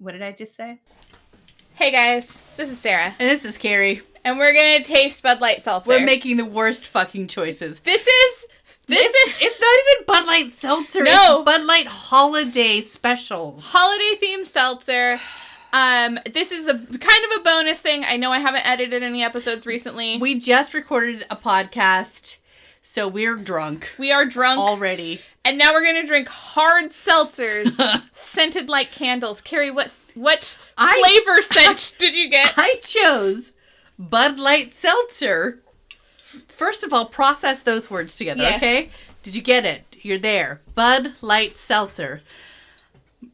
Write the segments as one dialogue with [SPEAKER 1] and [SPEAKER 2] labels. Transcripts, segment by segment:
[SPEAKER 1] What did I just say?
[SPEAKER 2] Hey guys, this is Sarah,
[SPEAKER 3] And this is Carrie.
[SPEAKER 2] and we're gonna taste Bud Light Seltzer.
[SPEAKER 3] We're making the worst fucking choices.
[SPEAKER 2] this is this
[SPEAKER 3] It's-
[SPEAKER 2] is
[SPEAKER 3] It's not even Bud Light Seltzer.
[SPEAKER 2] No.
[SPEAKER 3] It's Bud Light Holiday Specials.
[SPEAKER 2] holiday themed seltzer. Um, this is a kind of a bonus thing. I know I haven't edited any episodes recently.
[SPEAKER 3] We just recorded a podcast, so we're drunk
[SPEAKER 2] We are drunk,
[SPEAKER 3] already.
[SPEAKER 2] and now we're gonna drink hard seltzers scented like candles. Carrie, what what
[SPEAKER 3] I-
[SPEAKER 2] flavor scent did you get?
[SPEAKER 3] I chose Bud Light Seltzer. First of all, process those words together,
[SPEAKER 2] Yes.
[SPEAKER 3] okay? Did you get it? You're there. Bud Light Seltzer.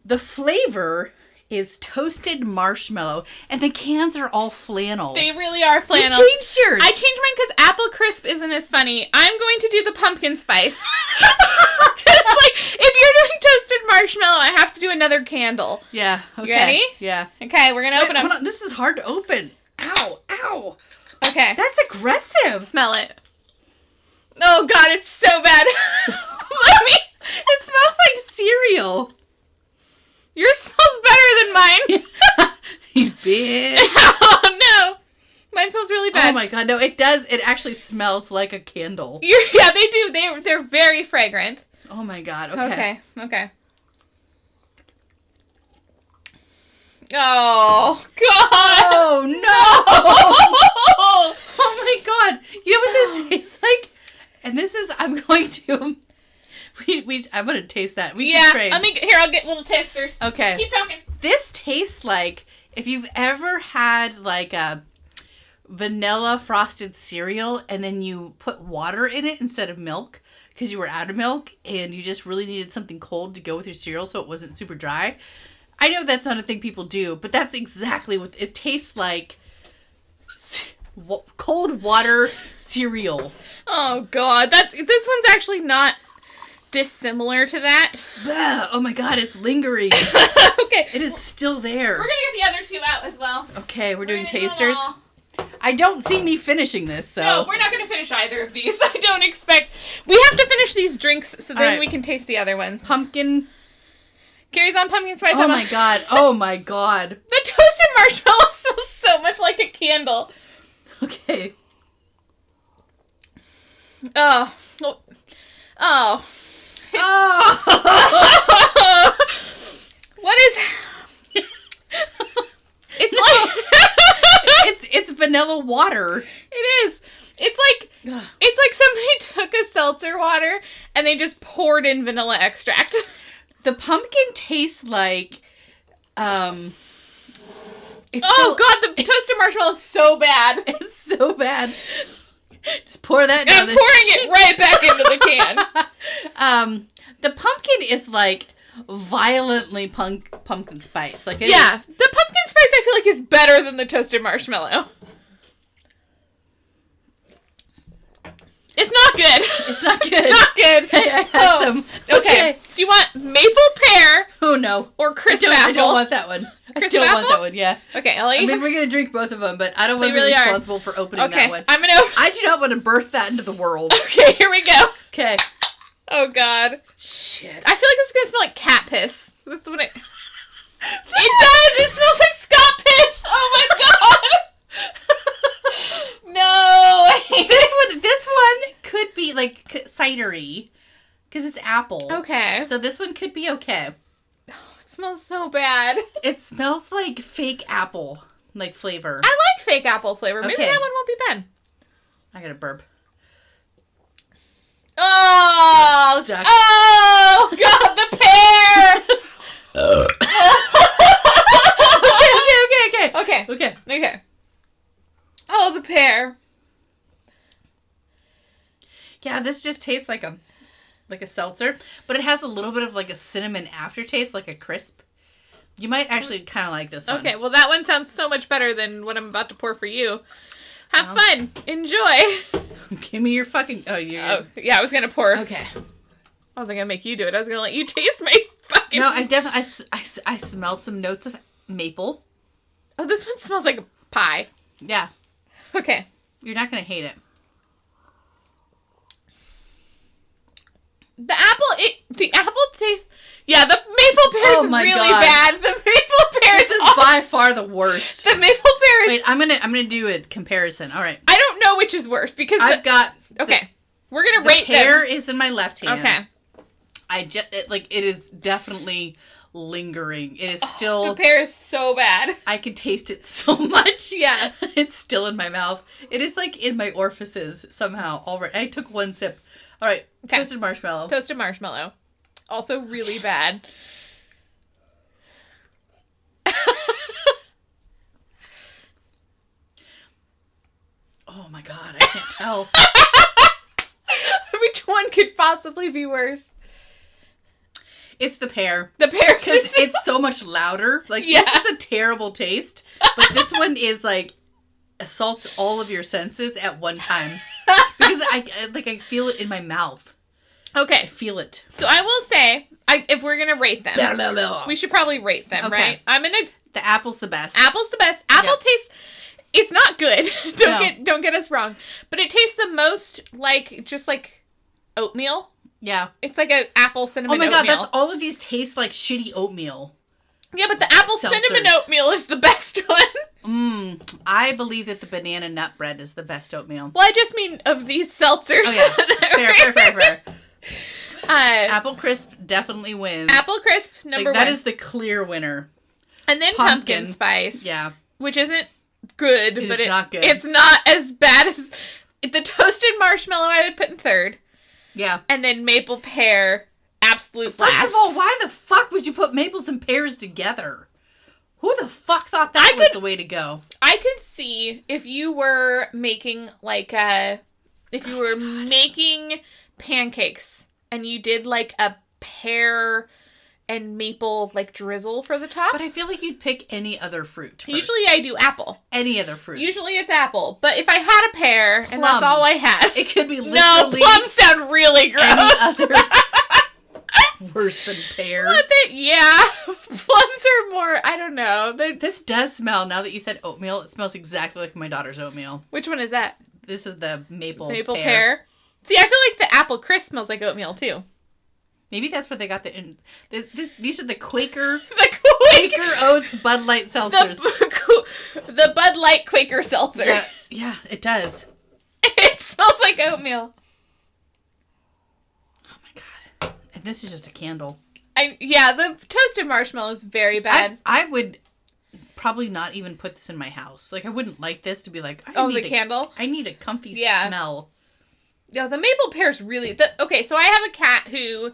[SPEAKER 3] The flavor is toasted marshmallow, and the cans are all flannel.
[SPEAKER 2] They really are
[SPEAKER 3] We
[SPEAKER 2] flannel.
[SPEAKER 3] changed shirts.
[SPEAKER 2] I changed mine because apple crisp isn't as funny. I'm going to do the pumpkin spice. 'Cause, like, if you're doing toasted marshmallow, I have to do another candle.
[SPEAKER 3] Yeah. Okay.
[SPEAKER 2] ready?
[SPEAKER 3] Yeah.
[SPEAKER 2] Okay, we're gonna open
[SPEAKER 3] Hold
[SPEAKER 2] them.
[SPEAKER 3] on, This is hard to open. Ow! Ow!
[SPEAKER 2] Okay,
[SPEAKER 3] That's aggressive.
[SPEAKER 2] smell it. Oh god, it's so bad. Let me.
[SPEAKER 3] It smells like cereal.
[SPEAKER 2] Yours smells better than mine.
[SPEAKER 3] you bitch.
[SPEAKER 2] oh no, mine smells really bad.
[SPEAKER 3] Oh my god, no, it does. It actually smells like a candle.
[SPEAKER 2] You're- yeah, they do. They they're very fragrant.
[SPEAKER 3] Oh my god, okay.
[SPEAKER 2] Okay, okay. Oh god.
[SPEAKER 3] Oh no!
[SPEAKER 2] Oh!
[SPEAKER 3] oh my god. You know what this tastes like? And this is, I'm going to. We, we, I'm gonna taste that. We
[SPEAKER 2] Yeah,
[SPEAKER 3] should trade.
[SPEAKER 2] let me here. I'll get little testers.
[SPEAKER 3] okay.
[SPEAKER 2] Keep talking.
[SPEAKER 3] this tastes like if you've ever had like a vanilla frosted cereal and then you put water in it instead of milk because you were out of milk and you just really needed something cold to go with your cereal so it wasn't super dry. I know that's not a thing people do, but that's exactly what it tastes like. S- wa- Cold water cereal,
[SPEAKER 2] Oh god, that's this one's actually not dissimilar to that.
[SPEAKER 3] Bleh. oh my god, it's lingering.
[SPEAKER 2] okay,
[SPEAKER 3] It is still there.
[SPEAKER 2] we're gonna get the other two out as well.
[SPEAKER 3] Okay, we're
[SPEAKER 2] We're
[SPEAKER 3] doing
[SPEAKER 2] gonna do them
[SPEAKER 3] tasters. Oh.
[SPEAKER 2] all.
[SPEAKER 3] I don't see me finishing this, so
[SPEAKER 2] No, we're not gonna finish either of these. I don't expect. We have to finish these drinks so then
[SPEAKER 3] right.
[SPEAKER 2] we can taste the other ones.
[SPEAKER 3] pumpkin
[SPEAKER 2] Carrie's on pumpkin spice.
[SPEAKER 3] Oh
[SPEAKER 2] I'm
[SPEAKER 3] my
[SPEAKER 2] on-
[SPEAKER 3] god. Oh my god.
[SPEAKER 2] The toasted marshmallow smells so much like a candle.
[SPEAKER 3] Okay.
[SPEAKER 2] Oh, oh, oh.
[SPEAKER 3] Oh.
[SPEAKER 2] what is? it's like.
[SPEAKER 3] it's it's vanilla water.
[SPEAKER 2] It is. It's like
[SPEAKER 3] Ugh.
[SPEAKER 2] it's like somebody took a seltzer water and they just poured in vanilla extract.
[SPEAKER 3] The pumpkin tastes like um it's still-
[SPEAKER 2] oh god, the toasted marshmallow is so bad. I'm
[SPEAKER 3] it's so bad. Just pour that down.
[SPEAKER 2] pouring
[SPEAKER 3] the-
[SPEAKER 2] it right back into the can.
[SPEAKER 3] Um the pumpkin is like violently punk pumpkin spice. Like it
[SPEAKER 2] yeah,
[SPEAKER 3] is-
[SPEAKER 2] the pumpkin spice I feel like is better than the toasted marshmallow. It's not good.
[SPEAKER 3] it's not good. um,
[SPEAKER 2] It's not good.
[SPEAKER 3] I had
[SPEAKER 2] Oh,
[SPEAKER 3] some.
[SPEAKER 2] Okay. Do you want maple pear
[SPEAKER 3] Oh no.
[SPEAKER 2] or
[SPEAKER 3] I
[SPEAKER 2] crisp
[SPEAKER 3] don't,
[SPEAKER 2] apple?
[SPEAKER 3] I don't want that one. I
[SPEAKER 2] Crisp
[SPEAKER 3] don't want
[SPEAKER 2] apple?
[SPEAKER 3] that one. Yeah.
[SPEAKER 2] okay, Ellie.
[SPEAKER 3] I mean, we're gonna drink both of them, but I don't want to
[SPEAKER 2] We
[SPEAKER 3] be
[SPEAKER 2] really are.
[SPEAKER 3] responsible for opening
[SPEAKER 2] okay,
[SPEAKER 3] that one.
[SPEAKER 2] I'm gonna.
[SPEAKER 3] I do not want to birth that into the world.
[SPEAKER 2] Okay, here we go.
[SPEAKER 3] Okay.
[SPEAKER 2] Oh god.
[SPEAKER 3] Shit.
[SPEAKER 2] I feel like this is gonna smell like cat piss. That's what it. it does. It smells like Scott piss. Oh my god. no. I hate
[SPEAKER 3] this one, this one could be like c- cidery, because it's apple.
[SPEAKER 2] it. Okay.
[SPEAKER 3] So this one could be okay.
[SPEAKER 2] It smells so bad.
[SPEAKER 3] It smells like fake apple, like flavor.
[SPEAKER 2] I like fake apple flavor. Maybe
[SPEAKER 3] Okay.
[SPEAKER 2] that one won't be bad.
[SPEAKER 3] I got to burp.
[SPEAKER 2] Oh.
[SPEAKER 3] Stuck.
[SPEAKER 2] Oh god, the pear.
[SPEAKER 3] okay, okay, okay,
[SPEAKER 2] okay.
[SPEAKER 3] okay. Okay.
[SPEAKER 2] Okay. Oh, the pear.
[SPEAKER 3] Yeah, this just tastes like a, like a seltzer, but it has a little bit of like a cinnamon aftertaste, like a crisp. You might actually kind of like this one.
[SPEAKER 2] Okay, well that one sounds so much better than what I'm about to pour for you. Have
[SPEAKER 3] Well.
[SPEAKER 2] fun. Enjoy.
[SPEAKER 3] Give me your fucking. Oh, you.
[SPEAKER 2] Oh, yeah, I was gonna pour.
[SPEAKER 3] Okay.
[SPEAKER 2] I wasn't gonna make you do it. I was gonna let you taste my fucking.
[SPEAKER 3] No, I definitely. I, s- I s- I smell some notes of maple.
[SPEAKER 2] Oh, this one smells like pie.
[SPEAKER 3] Yeah,
[SPEAKER 2] Okay.
[SPEAKER 3] you're not gonna hate it.
[SPEAKER 2] The apple, it the apple tastes. Yeah, the maple pear is
[SPEAKER 3] Oh my
[SPEAKER 2] really
[SPEAKER 3] God.
[SPEAKER 2] bad. The maple pear
[SPEAKER 3] by far the worst.
[SPEAKER 2] The maple pear is.
[SPEAKER 3] Wait, I'm gonna I'm gonna do a comparison. All right,
[SPEAKER 2] I don't know which is worse because.
[SPEAKER 3] I've
[SPEAKER 2] The,
[SPEAKER 3] got
[SPEAKER 2] okay. We're going
[SPEAKER 3] the
[SPEAKER 2] to rate
[SPEAKER 3] pear
[SPEAKER 2] them.
[SPEAKER 3] is in my left hand.
[SPEAKER 2] Okay.
[SPEAKER 3] I just it, like it is definitely lingering. It is still.
[SPEAKER 2] The pear is so bad.
[SPEAKER 3] I could taste it so much.
[SPEAKER 2] Yeah.
[SPEAKER 3] it's still in my mouth. It is like in my orifices somehow. All right, I took one sip. All right,
[SPEAKER 2] Okay.
[SPEAKER 3] toasted marshmallow.
[SPEAKER 2] Toasted marshmallow. Also really bad.
[SPEAKER 3] oh my god, I can't tell.
[SPEAKER 2] Which one could possibly be worse?
[SPEAKER 3] it's the pear.
[SPEAKER 2] The pear is
[SPEAKER 3] Because
[SPEAKER 2] just
[SPEAKER 3] it's so much louder. Like
[SPEAKER 2] Yeah.
[SPEAKER 3] this is a terrible taste, but this one is like assaults all of your senses at one time. Because I I- like I feel it in my mouth.
[SPEAKER 2] Okay,
[SPEAKER 3] I feel it.
[SPEAKER 2] so I will say, I, if we're gonna rate them, we
[SPEAKER 3] The
[SPEAKER 2] should probably rate them,
[SPEAKER 3] Okay.
[SPEAKER 2] right? I'm gonna
[SPEAKER 3] apple's the best.
[SPEAKER 2] apple's the best. Apple
[SPEAKER 3] Yeah.
[SPEAKER 2] tastes it's not good. don't
[SPEAKER 3] No.
[SPEAKER 2] get don't get us wrong, but it tastes the most like just like oatmeal.
[SPEAKER 3] yeah.
[SPEAKER 2] It's like a apple
[SPEAKER 3] Oh
[SPEAKER 2] cinnamon.
[SPEAKER 3] my god,
[SPEAKER 2] oatmeal.
[SPEAKER 3] that's all of these taste like shitty oatmeal.
[SPEAKER 2] yeah, but the apple cinnamon
[SPEAKER 3] Seltzers.
[SPEAKER 2] oatmeal is the best one.
[SPEAKER 3] Mmm. I believe that the banana nut bread is the best oatmeal.
[SPEAKER 2] well, I just mean of these seltzers.
[SPEAKER 3] Oh yeah. Fair, fair, fair, fair.
[SPEAKER 2] Uh,
[SPEAKER 3] Apple crisp definitely wins.
[SPEAKER 2] apple crisp
[SPEAKER 3] like,
[SPEAKER 2] number
[SPEAKER 3] that
[SPEAKER 2] one,
[SPEAKER 3] is the clear winner.
[SPEAKER 2] and then pumpkin,
[SPEAKER 3] pumpkin.
[SPEAKER 2] spice.
[SPEAKER 3] Yeah.
[SPEAKER 2] which isn't good,
[SPEAKER 3] It
[SPEAKER 2] but
[SPEAKER 3] is
[SPEAKER 2] it,
[SPEAKER 3] not good.
[SPEAKER 2] it's not as bad as the toasted marshmallow I would put in third,
[SPEAKER 3] Yeah.
[SPEAKER 2] and then maple pear, absolute
[SPEAKER 3] First
[SPEAKER 2] last.
[SPEAKER 3] of all, why the fuck would you put maples and pears together? Who the fuck thought that
[SPEAKER 2] I
[SPEAKER 3] was
[SPEAKER 2] could-
[SPEAKER 3] the way to go?
[SPEAKER 2] I could see if you were making like a, if
[SPEAKER 3] Oh
[SPEAKER 2] you were making pancakes and you did like a pear and maple like drizzle for the top.
[SPEAKER 3] But I feel like you'd pick any other fruit. First.
[SPEAKER 2] Usually I do apple.
[SPEAKER 3] any other fruit.
[SPEAKER 2] Usually it's apple, but if I had a pear and that's all I
[SPEAKER 3] Plums.
[SPEAKER 2] had.
[SPEAKER 3] it could be literally
[SPEAKER 2] No, plums sound really gross.
[SPEAKER 3] any other worse than pears.
[SPEAKER 2] But they- yeah, plums are more. I don't know. They're,
[SPEAKER 3] This does smell. Now that you said oatmeal, it smells exactly like my daughter's oatmeal.
[SPEAKER 2] which one is that?
[SPEAKER 3] This is the maple
[SPEAKER 2] Maple pear. See, I feel like the apple crisp smells like oatmeal too.
[SPEAKER 3] Maybe that's where they got the. In, this, this, these are the Quaker
[SPEAKER 2] The Quaker,
[SPEAKER 3] Quaker Oats Bud Light seltzers.
[SPEAKER 2] the, the Bud Light Quaker seltzer.
[SPEAKER 3] yeah, yeah, it does.
[SPEAKER 2] It smells like oatmeal.
[SPEAKER 3] Oh my god! And this is just a candle.
[SPEAKER 2] I yeah, the toasted marshmallow is very bad.
[SPEAKER 3] I, I would probably not even put this in my house. Like I wouldn't like this to be like I
[SPEAKER 2] oh,
[SPEAKER 3] need
[SPEAKER 2] the
[SPEAKER 3] a,
[SPEAKER 2] candle.
[SPEAKER 3] I need a comfy
[SPEAKER 2] Yeah.
[SPEAKER 3] smell.
[SPEAKER 2] No, the maple pear's really the, okay. So I have a cat who.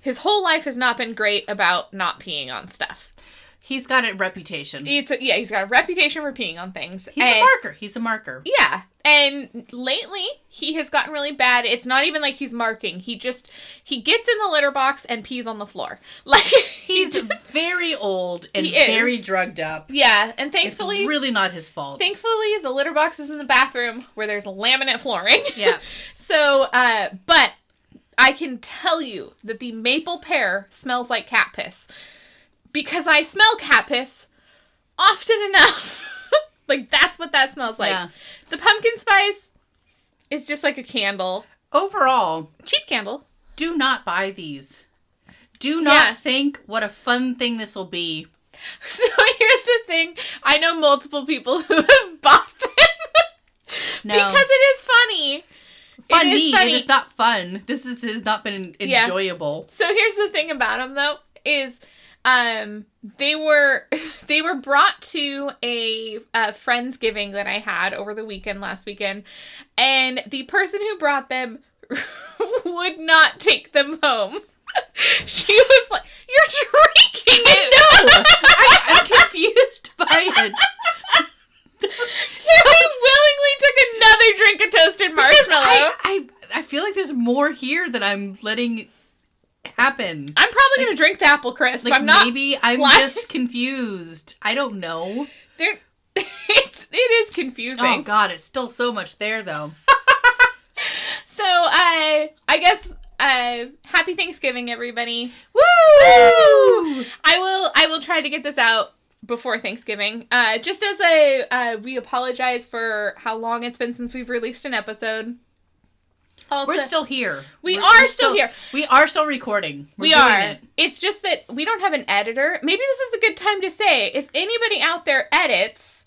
[SPEAKER 2] His whole life has not been great about not peeing on stuff.
[SPEAKER 3] He's got a reputation.
[SPEAKER 2] It's a, yeah, he's got a reputation for peeing on things.
[SPEAKER 3] He's a
[SPEAKER 2] and-
[SPEAKER 3] marker. He's a marker.
[SPEAKER 2] Yeah. And lately, he has gotten really bad. It's not even like he's marking. He just he gets in the litter box and pees on the floor. Like
[SPEAKER 3] He's very old and
[SPEAKER 2] He is.
[SPEAKER 3] very drugged up.
[SPEAKER 2] yeah. And
[SPEAKER 3] It's
[SPEAKER 2] thankfully,
[SPEAKER 3] really not his fault.
[SPEAKER 2] thankfully the litter box is in the bathroom where there's laminate flooring.
[SPEAKER 3] yeah.
[SPEAKER 2] so, uh, but I can tell you that the maple pear smells like cat piss because I smell cat piss often enough. like that's what that smells like.
[SPEAKER 3] Yeah.
[SPEAKER 2] The pumpkin spice is just like a candle.
[SPEAKER 3] Overall,
[SPEAKER 2] cheap candle.
[SPEAKER 3] do not buy these. Do not
[SPEAKER 2] Yeah.
[SPEAKER 3] think what a fun thing this will be.
[SPEAKER 2] So here's the thing: I know multiple people who have bought them
[SPEAKER 3] No.
[SPEAKER 2] because it is funny.
[SPEAKER 3] funny.
[SPEAKER 2] it is funny.
[SPEAKER 3] It is not fun. This is has not been
[SPEAKER 2] Yeah.
[SPEAKER 3] enjoyable.
[SPEAKER 2] So here's the thing about them, though, is um they were they were brought to a, uh friendsgiving that I had over the weekend last weekend, and the person who brought them would not take them home. she was like, "You're drinking it."
[SPEAKER 3] No. I, I'm confused by it.
[SPEAKER 2] Carrie willingly took another drink of toasted
[SPEAKER 3] Because
[SPEAKER 2] marshmallow.
[SPEAKER 3] I, I, I feel like there's more here that I'm letting happen.
[SPEAKER 2] I'm probably gonna drink the apple crisp.
[SPEAKER 3] Like
[SPEAKER 2] I'm not.
[SPEAKER 3] maybe I'm
[SPEAKER 2] lying.
[SPEAKER 3] just confused. I don't know.
[SPEAKER 2] There, it's it is confusing.
[SPEAKER 3] Oh god, it's still so much there though.
[SPEAKER 2] so I I guess uh, happy Thanksgiving, everybody.
[SPEAKER 3] Woo!
[SPEAKER 2] I will I will try to get this out before Thanksgiving. Uh, just as a uh, we apologize for how long it's been since we've released an episode. Also,
[SPEAKER 3] We're still here.
[SPEAKER 2] We
[SPEAKER 3] We're-
[SPEAKER 2] are
[SPEAKER 3] we're
[SPEAKER 2] still here.
[SPEAKER 3] We are still recording. We're
[SPEAKER 2] we
[SPEAKER 3] doing
[SPEAKER 2] are.
[SPEAKER 3] it.
[SPEAKER 2] It's just that we don't have an editor. Maybe this is a good time to say if anybody out there edits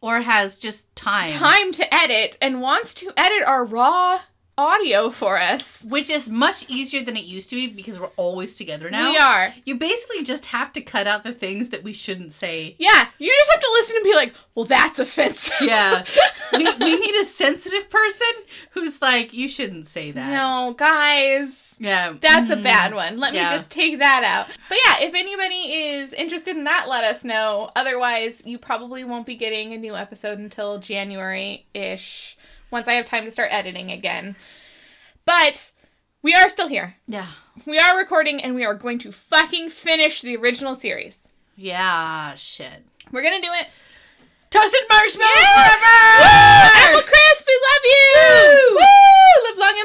[SPEAKER 3] Or has just time.
[SPEAKER 2] time to edit and wants to edit our raw audio for us.
[SPEAKER 3] Which is much easier than it used to be because we're always together now.
[SPEAKER 2] We are.
[SPEAKER 3] You basically just have to cut out the things that we shouldn't say.
[SPEAKER 2] Yeah, you just have to listen and be like, "Well, that's offensive."
[SPEAKER 3] Yeah. we, we need a sensitive person who's like, you shouldn't say that.
[SPEAKER 2] No, guys.
[SPEAKER 3] Yeah.
[SPEAKER 2] That's a
[SPEAKER 3] Mhm.
[SPEAKER 2] bad one. Let
[SPEAKER 3] Yeah.
[SPEAKER 2] me just take that out. But yeah, if anybody is interested in that, let us know. Otherwise, you probably won't be getting a new episode until January ish, once I have time to start editing again. But we are still here.
[SPEAKER 3] Yeah.
[SPEAKER 2] We are recording and we are going to fucking finish the original series.
[SPEAKER 3] Yeah. Shit.
[SPEAKER 2] We're gonna do it.
[SPEAKER 3] Toasted marshmallow
[SPEAKER 2] Yeah!
[SPEAKER 3] forever!
[SPEAKER 2] Apple Crisp, we love you! Woo! Live long and